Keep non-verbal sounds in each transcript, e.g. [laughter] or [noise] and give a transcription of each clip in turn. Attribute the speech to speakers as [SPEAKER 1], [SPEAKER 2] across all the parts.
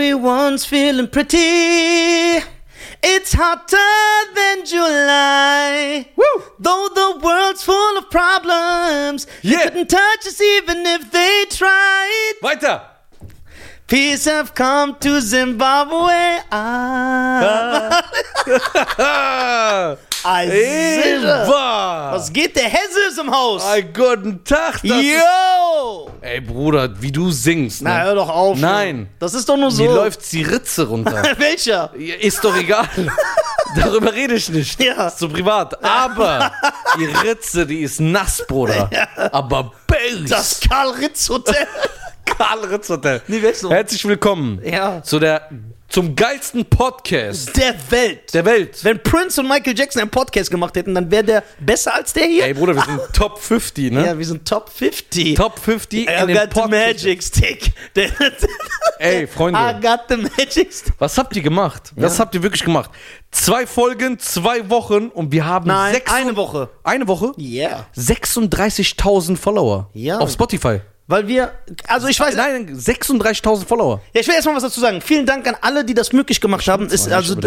[SPEAKER 1] Everyone's feeling pretty. It's hotter than July.
[SPEAKER 2] Woo!
[SPEAKER 1] Though the world's full of problems,
[SPEAKER 2] Yeah.
[SPEAKER 1] you couldn't touch us even if they tried.
[SPEAKER 2] Weiter!
[SPEAKER 1] Peace have come to Zimbabwe. [laughs]
[SPEAKER 2] [laughs]
[SPEAKER 1] Ah,
[SPEAKER 2] Ah,
[SPEAKER 1] also,
[SPEAKER 2] Silber!
[SPEAKER 1] Was geht der Hesse ist im Haus?
[SPEAKER 2] Ei, guten Tag! das ist-
[SPEAKER 1] Yo!
[SPEAKER 2] Ey, Bruder, wie du singst, ne?
[SPEAKER 1] Na, hör doch auf.
[SPEAKER 2] Nein.
[SPEAKER 1] Das ist doch nur so.
[SPEAKER 2] Mir
[SPEAKER 1] [laughs]
[SPEAKER 2] läuft die Ritze runter.
[SPEAKER 1] Welcher?
[SPEAKER 2] Ist doch
[SPEAKER 1] [laughs]
[SPEAKER 2] egal. Darüber rede ich nicht.
[SPEAKER 1] Ja.
[SPEAKER 2] Ist zu privat.
[SPEAKER 1] [laughs]
[SPEAKER 2] Aber die Ritze, die ist nass, Bruder. Aber Bass.
[SPEAKER 1] Das Karl-Ritz-Hotel.
[SPEAKER 2] Karl Ritz Hotel.
[SPEAKER 1] Nee, wer ist noch?
[SPEAKER 2] Herzlich willkommen
[SPEAKER 1] Ja.
[SPEAKER 2] zu der, zum geilsten Podcast
[SPEAKER 1] der Welt.
[SPEAKER 2] der Welt.
[SPEAKER 1] Wenn Prince und Michael Jackson einen Podcast gemacht hätten, dann wäre der besser als der hier.
[SPEAKER 2] Ey, Bruder, wir sind Top 50, ne?
[SPEAKER 1] ja, wir sind Top 50.
[SPEAKER 2] Top 50
[SPEAKER 1] I
[SPEAKER 2] in den
[SPEAKER 1] got the
[SPEAKER 2] Podcast.
[SPEAKER 1] magic stick. [laughs] Der-
[SPEAKER 2] Ey,
[SPEAKER 1] I
[SPEAKER 2] Freunde,
[SPEAKER 1] got the magic stick.
[SPEAKER 2] was habt ihr gemacht? Was habt ihr wirklich gemacht? Zwei Folgen, zwei Wochen und wir haben
[SPEAKER 1] Nein,
[SPEAKER 2] sechs
[SPEAKER 1] eine Woche.
[SPEAKER 2] Eine Woche?
[SPEAKER 1] Yeah.
[SPEAKER 2] 36.000 Follower
[SPEAKER 1] Ja.
[SPEAKER 2] auf Spotify.
[SPEAKER 1] Weil wir, also ich weiß,
[SPEAKER 2] Nein, 36.000 Follower.
[SPEAKER 1] ja, ich will erstmal was dazu sagen. Vielen Dank an alle, die das möglich gemacht haben. Ist, also, [laughs]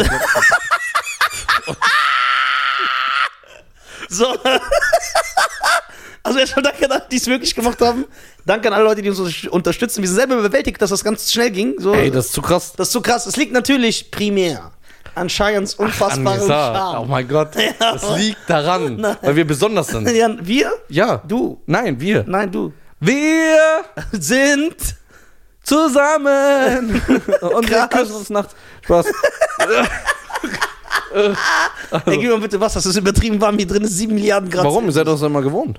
[SPEAKER 1] so. Also erstmal danke an alle, die es möglich gemacht haben. Danke an alle Leute, die uns unter- unterstützen. Wir sind selber überwältigt, dass das ganz schnell ging. So,
[SPEAKER 2] Ey, das ist zu krass.
[SPEAKER 1] Das ist so krass. Es liegt natürlich primär an Cheyens unfassbaren
[SPEAKER 2] Anissa, oh
[SPEAKER 1] Charme.
[SPEAKER 2] mein Gott, das liegt daran,
[SPEAKER 1] [laughs] Nein.
[SPEAKER 2] weil wir besonders sind.
[SPEAKER 1] Ja, wir?
[SPEAKER 2] Ja.
[SPEAKER 1] Du?
[SPEAKER 2] Nein, wir.
[SPEAKER 1] Nein, du.
[SPEAKER 2] Wir
[SPEAKER 1] Sind. [laughs]
[SPEAKER 2] zusammen. Und wir
[SPEAKER 1] Krass.
[SPEAKER 2] küssen uns nachts. Spaß.
[SPEAKER 1] Ey, gib mir bitte was, das ist übertrieben warm. Hier drin ist 7 Milliarden Grad.
[SPEAKER 2] Oh. Warum? Ihr seid doch immer [laughs] gewohnt.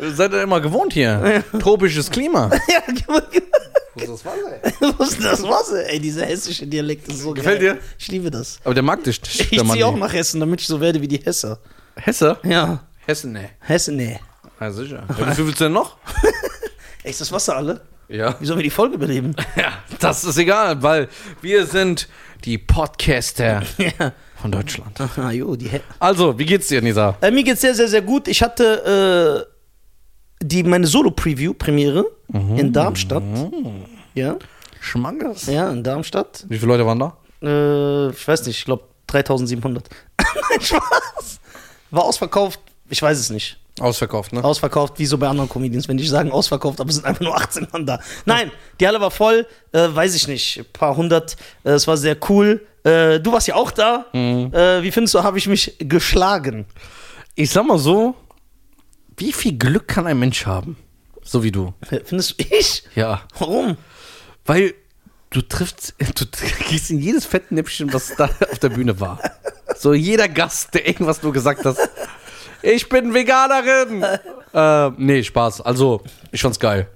[SPEAKER 2] Ihr seid ja immer gewohnt hier. Tropisches Klima.
[SPEAKER 1] [laughs] Ja, gib- gib- [laughs]
[SPEAKER 2] Das Wasser,
[SPEAKER 1] Was ist das Wasser? Ey, dieser hessische Dialekt ist so
[SPEAKER 2] Gefällt
[SPEAKER 1] geil.
[SPEAKER 2] dir?
[SPEAKER 1] Ich liebe das.
[SPEAKER 2] Aber der mag dich nicht.
[SPEAKER 1] Ich
[SPEAKER 2] der Mann
[SPEAKER 1] ziehe auch
[SPEAKER 2] hier.
[SPEAKER 1] nach Hessen, damit ich so werde wie die Hesse.
[SPEAKER 2] Hesse?
[SPEAKER 1] Ja.
[SPEAKER 2] Hessen, ne.
[SPEAKER 1] Hessen, nee.
[SPEAKER 2] Ja, sicher. Ja, wie viel willst du denn noch?
[SPEAKER 1] Ey, ist das Wasser alle?
[SPEAKER 2] Ja.
[SPEAKER 1] Wie sollen wir die Folge
[SPEAKER 2] [laughs]
[SPEAKER 1] überleben?
[SPEAKER 2] ja. Das ist egal, weil wir sind die Podcaster von Deutschland.
[SPEAKER 1] Ah, jo, die He
[SPEAKER 2] Also, wie geht's dir, Nisa?
[SPEAKER 1] Äh, mir geht's sehr, sehr, sehr gut. Ich hatte äh, die, meine Solo-Preview-Premiere in Darmstadt. Ja,
[SPEAKER 2] Schmangers.
[SPEAKER 1] ja, in Darmstadt.
[SPEAKER 2] Wie viele Leute waren da?
[SPEAKER 1] Äh, ich weiß nicht, ich glaube 3700. [laughs] Nein, Spaß. War ausverkauft. Ich weiß es nicht.
[SPEAKER 2] Ausverkauft, ne?
[SPEAKER 1] Ausverkauft, wie so bei anderen Comedians, wenn die sagen ausverkauft, aber es sind einfach nur 18 Mann da. Nein, die Halle war voll, äh, weiß ich nicht, ein paar hundert. Äh, es war sehr cool. Äh, du warst ja auch da. Äh, wie findest du, habe ich mich geschlagen?
[SPEAKER 2] Ich sag mal so, wie viel Glück kann ein Mensch haben? So wie du.
[SPEAKER 1] Findest du ich?
[SPEAKER 2] Ja.
[SPEAKER 1] Warum?
[SPEAKER 2] Weil du triffst, [laughs] du gehst in jedes Fettnäpfchen, was da [laughs] auf der Bühne war. So jeder Gast, der irgendwas nur gesagt hat. Ich bin Veganerin. äh, nee, Spaß. Also, ich fand's geil.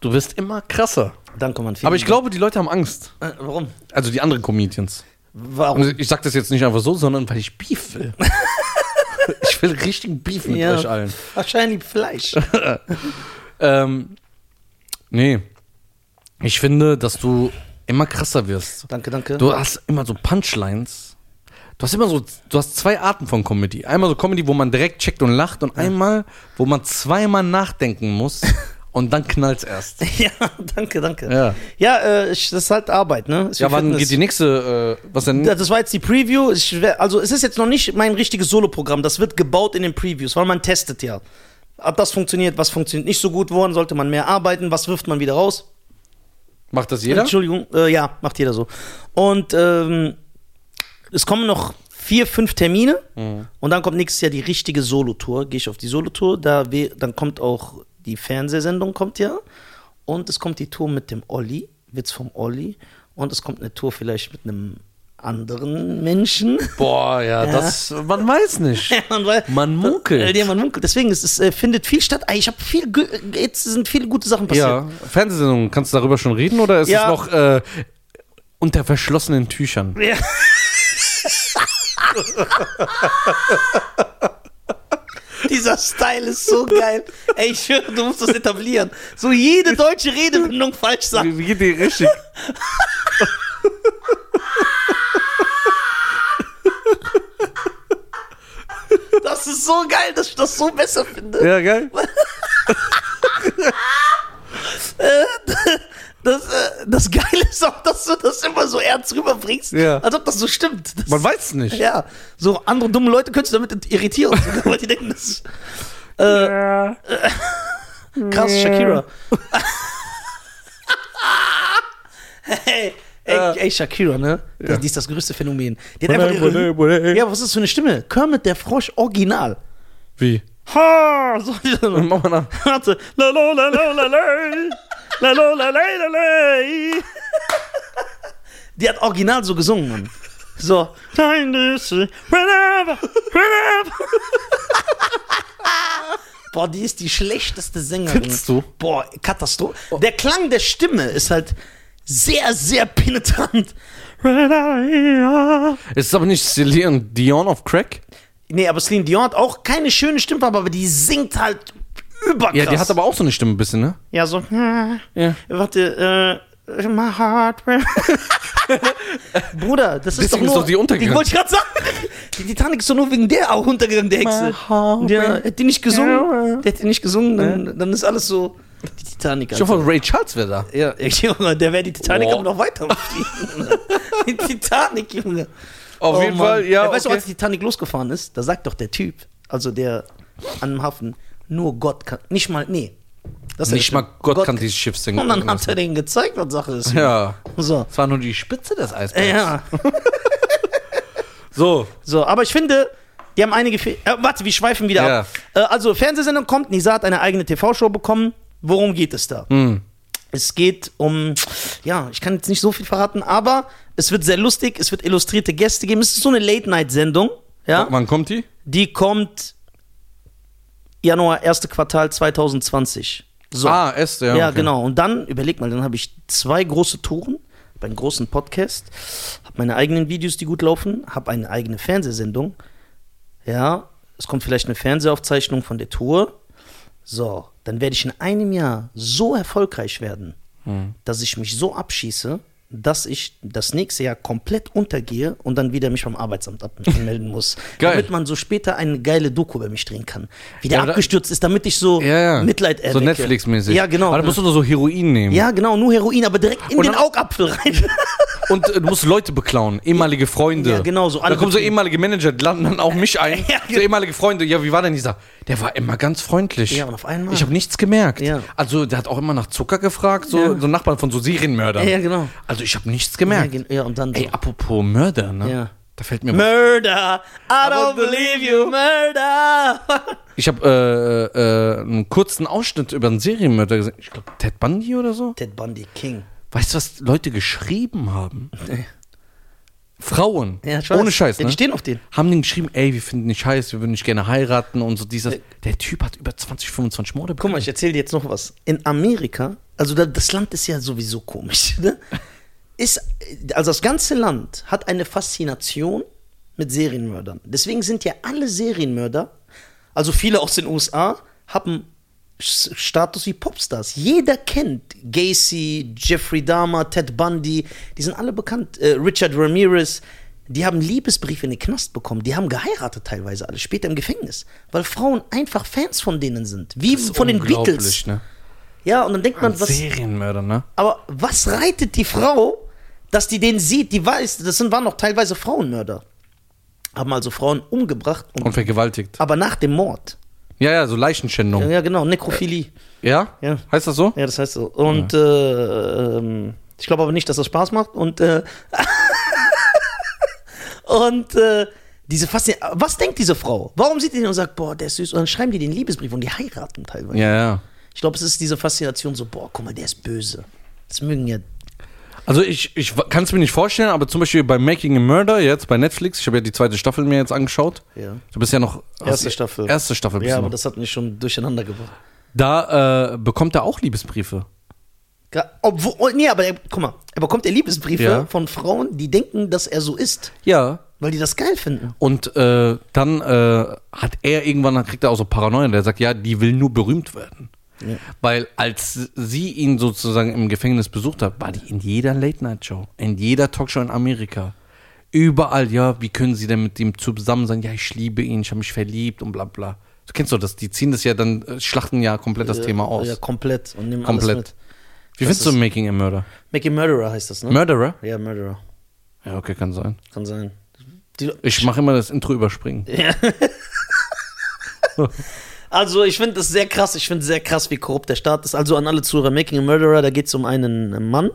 [SPEAKER 2] Du wirst immer krasser.
[SPEAKER 1] Danke, Mann. vielen
[SPEAKER 2] Aber ich glaube, die Leute haben Angst.
[SPEAKER 1] Dank. Äh, warum?
[SPEAKER 2] Also die anderen Comedians.
[SPEAKER 1] Warum?
[SPEAKER 2] Und ich sag das jetzt nicht einfach so, sondern weil ich Beef will. ich will richtigen Beef mit
[SPEAKER 1] Ja.
[SPEAKER 2] euch allen.
[SPEAKER 1] Wahrscheinlich
[SPEAKER 2] [laughs]
[SPEAKER 1] Fleisch.
[SPEAKER 2] Ähm, nee. Ich finde, dass du immer krasser wirst.
[SPEAKER 1] danke, danke.
[SPEAKER 2] Du hast immer so Punchlines. Du hast immer so, du hast zwei Arten von Comedy. Einmal so Comedy, wo man direkt checkt und lacht und einmal, wo man zweimal
[SPEAKER 1] [laughs]
[SPEAKER 2] nachdenken muss und dann knallt's erst.
[SPEAKER 1] [laughs] ja, danke, danke.
[SPEAKER 2] Ja.
[SPEAKER 1] ja äh, ich, das ist halt Arbeit, ne? Ist
[SPEAKER 2] Ja,
[SPEAKER 1] wie
[SPEAKER 2] wann
[SPEAKER 1] Fitness.
[SPEAKER 2] geht die nächste, äh, was denn?
[SPEAKER 1] Ja, Das war jetzt die Preview. Ich, wär- also es ist jetzt noch nicht mein richtiges Solo-Programm. Das wird gebaut in den Previews, weil man testet ja. Ob das funktioniert, was funktioniert nicht so gut, woran sollte man mehr arbeiten, was wirft man wieder raus.
[SPEAKER 2] Macht das jeder?
[SPEAKER 1] Entschuldigung, äh, ja, macht jeder so. Und ähm, es kommen noch vier, fünf Termine
[SPEAKER 2] Mhm.
[SPEAKER 1] und dann kommt nächstes Jahr die richtige Solo-Tour. Gehe ich auf die Solo-Tour, da we- dann kommt auch die Fernsehsendung, kommt ja. Und es kommt die Tour mit dem Olli, Witz vom Olli. Und es kommt eine Tour vielleicht mit einem anderen Menschen. [laughs]
[SPEAKER 2] Boah, ja, das, man weiß nicht.
[SPEAKER 1] Man, weil,
[SPEAKER 2] Man
[SPEAKER 1] Äh,
[SPEAKER 2] munkelt.
[SPEAKER 1] ja, man munkelt. Deswegen es, es äh, findet viel statt. Ah, Ich habe viel, gü- jetzt sind viele gute Sachen passiert.
[SPEAKER 2] Ja, Fernsehsendung, kannst du darüber schon reden oder ist
[SPEAKER 1] Ja.
[SPEAKER 2] es noch äh, unter verschlossenen Tüchern?
[SPEAKER 1] Ja. Dieser Style ist so geil. Ey, ich höre, du musst das etablieren. So jede deutsche Redewendung falsch sagen.
[SPEAKER 2] Wie, wie geht die richtig?
[SPEAKER 1] Das ist so geil, dass ich das so besser finde.
[SPEAKER 2] Ja, geil.
[SPEAKER 1] äh, so ernst rüberbringst,
[SPEAKER 2] Ja.
[SPEAKER 1] als ob das so stimmt. Das,
[SPEAKER 2] Man weiß es nicht.
[SPEAKER 1] ja, so andere dumme Leute könntest du damit [laughs] irritieren, weil die denken, das ist äh,
[SPEAKER 2] Ja.
[SPEAKER 1] [laughs] krass, [laughs] Shakira. hey, ey, ey, Shakira, ne? Die, die ist das größte Phänomen. Die hat einfach ihre, ja, was ist das für eine Stimme? Kermit der Frosch original.
[SPEAKER 2] Wie?
[SPEAKER 1] Ha, so,
[SPEAKER 2] Mach mal nach.
[SPEAKER 1] Warte. La, la, la, la, la, la. La, la, la, la, la, la. Die hat original so gesungen, Mann. So. Dein Düssel, whenever, whenever. Boah, die ist die schlechteste Sängerin.
[SPEAKER 2] Findest du?
[SPEAKER 1] Boah, Katastrophe. Der Klang der Stimme ist halt sehr, sehr penetrant.
[SPEAKER 2] Es ist aber nicht Celine Dion auf Crack?
[SPEAKER 1] Nee, aber Celine Dion hat auch keine schöne Stimme, aber die singt halt überkrass.
[SPEAKER 2] Ja, die hat aber auch so eine Stimme ein bisschen, ne?
[SPEAKER 1] Ja, so. hm,
[SPEAKER 2] Ja.
[SPEAKER 1] Warte, äh, my heart. will- Bruder, das ist doch
[SPEAKER 2] Deswegen
[SPEAKER 1] nur.
[SPEAKER 2] ist doch die untergegangen.
[SPEAKER 1] Die wollte ich gerade sagen. [laughs] Die Titanic ist doch nur wegen der auch untergegangen, der Hexe.
[SPEAKER 2] heart
[SPEAKER 1] Ja,
[SPEAKER 2] will-
[SPEAKER 1] hätte die nicht gesungen, der hätte die nicht gesungen, dann, dann ist alles so. Die Titanic.
[SPEAKER 2] Ich hoffe, Ray Charles wäre da.
[SPEAKER 1] ja, [laughs] ich- Junge, der wäre die Titanic
[SPEAKER 2] Boah.
[SPEAKER 1] aber noch weiter. geflogen. die Titanic, Junge.
[SPEAKER 2] Auf
[SPEAKER 1] Oh,
[SPEAKER 2] jeden
[SPEAKER 1] Mann.
[SPEAKER 2] Fall, ja.
[SPEAKER 1] Weißt du,
[SPEAKER 2] okay.
[SPEAKER 1] als die Titanic losgefahren ist, da sagt doch der Typ, also der an dem Hafen, nur Gott kann. Nicht mal, nee. Das ist
[SPEAKER 2] nicht
[SPEAKER 1] echt-
[SPEAKER 2] mal Gott, kann dieses Schiff singen.
[SPEAKER 1] und dann hat er denen gezeigt, was Sache ist.
[SPEAKER 2] ja.
[SPEAKER 1] So.
[SPEAKER 2] Es war nur die Spitze des Eisbergs.
[SPEAKER 1] Ja.
[SPEAKER 2] So.
[SPEAKER 1] So, aber ich finde, die haben einige. Fe äh, warte, wir schweifen wieder
[SPEAKER 2] Ja.
[SPEAKER 1] ab. Äh, also, Fernsehsendung kommt, Nisa hat eine eigene TV-Show bekommen. Worum geht es da? Es geht um, ja, ich kann jetzt nicht so viel verraten, aber es wird sehr lustig, es wird illustrierte Gäste geben. Es ist so eine Late-Night-Sendung. Ja?
[SPEAKER 2] Wann kommt die?
[SPEAKER 1] Die kommt Januar, erste Quartal 2020. So.
[SPEAKER 2] Ah, S, ja.
[SPEAKER 1] Ja,
[SPEAKER 2] okay.
[SPEAKER 1] genau. Und dann, überleg mal, dann habe ich zwei große Touren, beim großen Podcast, habe meine eigenen Videos, die gut laufen, habe eine eigene Fernsehsendung. Ja, es kommt vielleicht eine Fernsehaufzeichnung von der Tour. So, dann werde ich in einem Jahr so erfolgreich werden,
[SPEAKER 2] Hm.
[SPEAKER 1] dass ich mich so abschieße, dass ich das nächste Jahr komplett untergehe und dann wieder mich beim Arbeitsamt [laughs] abmelden muss.
[SPEAKER 2] Geil.
[SPEAKER 1] Damit man so später eine geile Doku über mich drehen kann. Wie der
[SPEAKER 2] Ja, aber da-
[SPEAKER 1] abgestürzt ist, damit ich so
[SPEAKER 2] Ja, ja.
[SPEAKER 1] Mitleid
[SPEAKER 2] So
[SPEAKER 1] erwecke.
[SPEAKER 2] Netflix-mäßig.
[SPEAKER 1] Ja, genau.
[SPEAKER 2] Aber da musst du nur so Heroin nehmen.
[SPEAKER 1] Ja, genau, nur Heroin, aber direkt in
[SPEAKER 2] Und
[SPEAKER 1] den
[SPEAKER 2] dann-
[SPEAKER 1] Augapfel rein.
[SPEAKER 2] Und äh, du musst Leute beklauen, ehemalige Freunde.
[SPEAKER 1] Ja, genau, so alle
[SPEAKER 2] Da kommen so
[SPEAKER 1] beklauen.
[SPEAKER 2] ehemalige Manager, die landen dann auch mich ein.
[SPEAKER 1] [laughs] Ja, genau.
[SPEAKER 2] So ehemalige Freunde. Ja, wie war denn dieser? Der war immer ganz freundlich.
[SPEAKER 1] Ja, und auf einmal.
[SPEAKER 2] Ich habe nichts gemerkt.
[SPEAKER 1] Ja.
[SPEAKER 2] Also, der hat auch immer nach Zucker gefragt, so, so Nachbarn von so Serienmördern.
[SPEAKER 1] Ja, ja, genau.
[SPEAKER 2] Also, ich habe
[SPEAKER 1] [laughs]
[SPEAKER 2] nichts
[SPEAKER 1] ja,
[SPEAKER 2] gemerkt.
[SPEAKER 1] gen- ja, und dann so.
[SPEAKER 2] Ey, apropos Mörder, ne?
[SPEAKER 1] Ja.
[SPEAKER 2] Da fällt mir
[SPEAKER 1] Murder, I don't
[SPEAKER 2] Aber
[SPEAKER 1] believe you, murder. [laughs]
[SPEAKER 2] Ich habe äh, äh, einen kurzen Ausschnitt über einen Serienmörder gesehen. Ich glaube, Ted Bundy oder so.
[SPEAKER 1] Ted Bundy, King.
[SPEAKER 2] Weißt du, was Leute geschrieben haben? Frauen,
[SPEAKER 1] Ja, ich weiß.
[SPEAKER 2] ohne Scheiß,
[SPEAKER 1] Ja,
[SPEAKER 2] ne?
[SPEAKER 1] die stehen auf den.
[SPEAKER 2] Haben den geschrieben, ey, wir finden dich heiß, wir würden dich gerne heiraten und so dieses. Der Typ hat über 20, 25 Morde
[SPEAKER 1] Guck mal, ich erzähle dir jetzt noch was. In Amerika, also da, das Land ist ja sowieso komisch, [laughs] ne? Ist, also das ganze Land hat eine Faszination mit Serienmördern. Deswegen sind ja alle Serienmörder, also viele aus den USA, haben S- Status wie Popstars. Jeder kennt Gacy, Jeffrey Dahmer, Ted Bundy, die sind alle bekannt. Äh, Richard Ramirez, die haben Liebesbriefe in den Knast bekommen, die haben geheiratet teilweise alle, später im Gefängnis, weil Frauen einfach Fans von denen sind, wie von den
[SPEAKER 2] Unglaublich,
[SPEAKER 1] Beatles.
[SPEAKER 2] Ne?
[SPEAKER 1] Ja, und dann denkt man, was,
[SPEAKER 2] Serienmörder, ne?
[SPEAKER 1] aber was reitet die Frau, dass die den sieht? Die weiß, das sind, waren noch teilweise Frauenmörder. Haben also Frauen umgebracht, und,
[SPEAKER 2] Und vergewaltigt.
[SPEAKER 1] aber nach dem Mord.
[SPEAKER 2] Ja, ja, so Leichenschändung.
[SPEAKER 1] Ja, genau, Nekrophilie.
[SPEAKER 2] Ja?
[SPEAKER 1] Ja.
[SPEAKER 2] Heißt das so?
[SPEAKER 1] Ja, das heißt so. Und äh, ähm, ich glaube aber nicht, dass das Spaß macht. Und, äh, [laughs] und äh, diese Faszination. Was denkt diese Frau? Warum sieht die den und sagt, boah, der ist süß? Und dann schreiben die den Liebesbrief und die heiraten teilweise.
[SPEAKER 2] Ja, ja.
[SPEAKER 1] Ich glaube, es ist diese Faszination so, boah, guck mal, der ist böse. Das mögen ja
[SPEAKER 2] Also ich, ich kann es mir nicht vorstellen, aber zum Beispiel bei Making a Murder jetzt bei Netflix, ich habe ja die zweite Staffel mir jetzt angeschaut.
[SPEAKER 1] Ja.
[SPEAKER 2] Du bist ja noch
[SPEAKER 1] Erste
[SPEAKER 2] hast-
[SPEAKER 1] Staffel.
[SPEAKER 2] Erste Staffel bist
[SPEAKER 1] Ja,
[SPEAKER 2] du
[SPEAKER 1] aber
[SPEAKER 2] noch.
[SPEAKER 1] das hat mich schon durcheinander gebracht.
[SPEAKER 2] Da äh, bekommt er auch Liebesbriefe.
[SPEAKER 1] Gra- Obwohl, oh, nee, aber er, guck mal, er bekommt ja Liebesbriefe
[SPEAKER 2] Ja.
[SPEAKER 1] von Frauen, die denken, dass er so ist,
[SPEAKER 2] Ja.
[SPEAKER 1] weil die das geil finden.
[SPEAKER 2] Und äh, dann äh, hat er irgendwann, dann kriegt er auch so Paranoia, der sagt, ja, die will nur berühmt werden. Weil als sie ihn sozusagen im Gefängnis besucht hat, war die in jeder Late-Night-Show, in jeder Talkshow in Amerika. Überall, ja, wie können sie denn mit ihm zusammen sein? Ja, ich liebe ihn, ich habe mich verliebt und bla bla. Du kennst doch das, die ziehen das ja dann, äh, schlachten ja komplett das Thema aus.
[SPEAKER 1] Ja, Also komplett und nehmen
[SPEAKER 2] Komplett.
[SPEAKER 1] alles mit.
[SPEAKER 2] Wie findest du Making a Murder?
[SPEAKER 1] Making Murderer heißt das, ne?
[SPEAKER 2] Murderer?
[SPEAKER 1] ja, Murderer.
[SPEAKER 2] Ja, okay, kann sein.
[SPEAKER 1] Kann sein. Die,
[SPEAKER 2] Ich mache immer das Intro überspringen.
[SPEAKER 1] Also ich finde das sehr krass, ich finde sehr krass, wie korrupt der Staat ist. Also an alle Zuhörer, Making a Murderer, da geht es um einen Mann,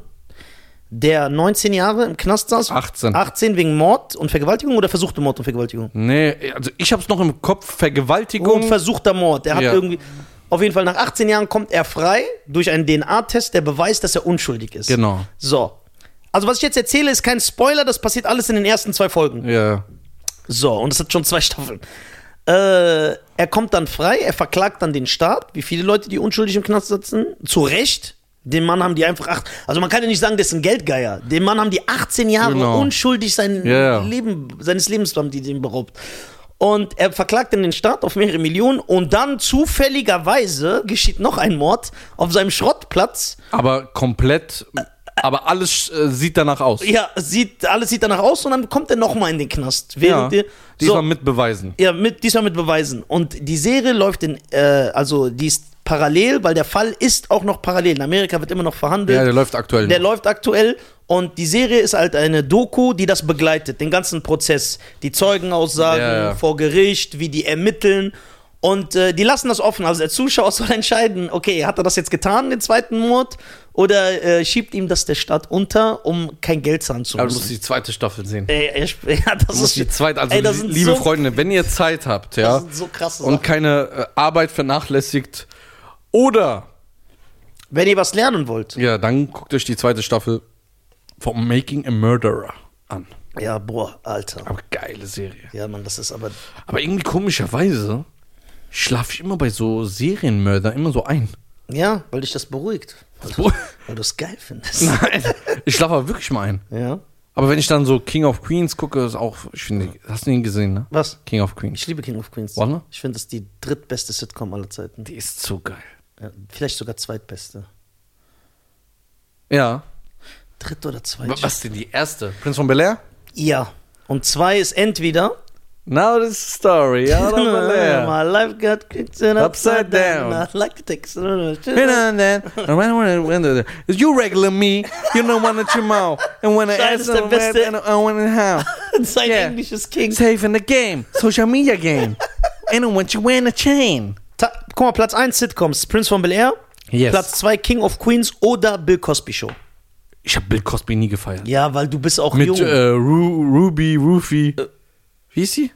[SPEAKER 1] der 19 Jahre im Knast saß.
[SPEAKER 2] 18.
[SPEAKER 1] 18 wegen Mord und Vergewaltigung oder versuchte Mord und Vergewaltigung?
[SPEAKER 2] Nee, also ich hab's noch im Kopf.
[SPEAKER 1] Und
[SPEAKER 2] Vergewaltigung.
[SPEAKER 1] versuchter Mord. Er hat
[SPEAKER 2] Ja.
[SPEAKER 1] irgendwie. Auf jeden Fall, nach 18 Jahren kommt er frei durch einen DNA-Test, der beweist, dass er unschuldig ist.
[SPEAKER 2] genau.
[SPEAKER 1] So. Also, was ich jetzt erzähle, ist kein Spoiler, das passiert alles in den ersten zwei Folgen.
[SPEAKER 2] Ja.
[SPEAKER 1] So, und es hat schon zwei [laughs] Staffeln. Äh, er kommt dann frei, er verklagt dann den Staat, wie viele Leute, die unschuldig im Knast sitzen, zu Recht. Den Mann haben die einfach acht. Also man kann ja nicht sagen, das ist ein Geldgeier. Den Mann haben die 18 Jahre
[SPEAKER 2] Genau.
[SPEAKER 1] unschuldig sein
[SPEAKER 2] Ja, ja.
[SPEAKER 1] Leben, seines Lebens haben die den beraubt. Und er verklagt dann den Staat auf mehrere Millionen und dann zufälligerweise geschieht noch ein Mord auf seinem Schrottplatz.
[SPEAKER 2] Aber komplett. Aber alles äh, sieht danach aus.
[SPEAKER 1] Ja, sieht, alles sieht danach aus und dann kommt er nochmal in den Knast. Während
[SPEAKER 2] Ja.
[SPEAKER 1] er-
[SPEAKER 2] Diesmal mit Beweisen.
[SPEAKER 1] Ja, mit, diesmal mit Beweisen. Und die Serie läuft in, äh, also die ist parallel, weil der Fall ist auch noch parallel. In Amerika wird immer noch verhandelt.
[SPEAKER 2] Ja, der
[SPEAKER 1] der,
[SPEAKER 2] läuft aktuell. noch.
[SPEAKER 1] läuft aktuell. Und die Serie ist halt eine Doku, die das begleitet, den ganzen Prozess. Die Zeugenaussagen
[SPEAKER 2] Ja, ja.
[SPEAKER 1] vor Gericht, wie die ermitteln. Und äh, die lassen das offen. Also der Zuschauer [laughs] soll entscheiden, okay, hat er das jetzt getan, den zweiten Mord? Oder äh, schiebt ihm das der Staat unter, um kein Geld zahlen zu
[SPEAKER 2] Aber du
[SPEAKER 1] müssen?
[SPEAKER 2] musst die zweite Staffel sehen.
[SPEAKER 1] Ey, ey, ja, [laughs] das
[SPEAKER 2] Du
[SPEAKER 1] ist,
[SPEAKER 2] musst die zweite, also
[SPEAKER 1] ey, das
[SPEAKER 2] li-
[SPEAKER 1] sind
[SPEAKER 2] liebe
[SPEAKER 1] so,
[SPEAKER 2] Freunde, wenn ihr Zeit habt,
[SPEAKER 1] Das
[SPEAKER 2] ja,
[SPEAKER 1] sind so krasse Sachen.
[SPEAKER 2] und keine äh, Arbeit vernachlässigt oder
[SPEAKER 1] Wenn ihr was lernen wollt.
[SPEAKER 2] ja, dann guckt euch die zweite Staffel von Making a Murderer an.
[SPEAKER 1] Ja, boah, Alter.
[SPEAKER 2] Aber geile Serie.
[SPEAKER 1] Ja, Mann, das ist aber.
[SPEAKER 2] Aber irgendwie komischerweise schlafe ich immer bei so Serienmörder immer so ein.
[SPEAKER 1] Ja, weil dich das beruhigt.
[SPEAKER 2] Wo-
[SPEAKER 1] Weil du es geil findest.
[SPEAKER 2] [laughs] Nein, ich schlafe aber wirklich mal ein.
[SPEAKER 1] Ja.
[SPEAKER 2] Aber wenn ich dann so King of Queens gucke, ist auch, ich finde, hast du ihn gesehen, ne?
[SPEAKER 1] Was?
[SPEAKER 2] King of Queens.
[SPEAKER 1] Ich liebe King of Queens.
[SPEAKER 2] Warner?
[SPEAKER 1] Ich finde, das ist die drittbeste Sitcom aller Zeiten.
[SPEAKER 2] Die ist so geil.
[SPEAKER 1] Ja, vielleicht sogar zweitbeste.
[SPEAKER 2] Ja.
[SPEAKER 1] Dritt oder zweit?
[SPEAKER 2] Wa- Was denn die erste? Prinz von Bel Air?
[SPEAKER 1] Ja. Und zwei ist entweder.
[SPEAKER 2] Now this
[SPEAKER 1] [laughs]
[SPEAKER 2] story, out of Bel Air.
[SPEAKER 1] My life got kicked in upside
[SPEAKER 2] Upside
[SPEAKER 1] down.
[SPEAKER 2] down.
[SPEAKER 1] I [laughs] like the text.
[SPEAKER 2] Hey, na, na, na, when- when- when- when- It's you regular me, you know when it's your mouth, and when I
[SPEAKER 1] Nein, das ist
[SPEAKER 2] ask
[SPEAKER 1] der
[SPEAKER 2] them that,
[SPEAKER 1] Beste.
[SPEAKER 2] and I want it
[SPEAKER 1] [laughs]
[SPEAKER 2] how.
[SPEAKER 1] Sein
[SPEAKER 2] Yeah.
[SPEAKER 1] englisches King.
[SPEAKER 2] Safe in the game, social media game, and when you wear a chain.
[SPEAKER 1] Ta Guck mal, Platz 1 Sitcoms: Prince von Bel Air.
[SPEAKER 2] Yes.
[SPEAKER 1] Platz 2 King of Queens oder Bill Cosby Show.
[SPEAKER 2] Ich habe Bill Cosby nie gefeiert.
[SPEAKER 1] Ja, weil du bist auch
[SPEAKER 2] Mit
[SPEAKER 1] jung.
[SPEAKER 2] äh, Ru Ruby, Rufy.
[SPEAKER 1] Äh,
[SPEAKER 2] Wie ist sie?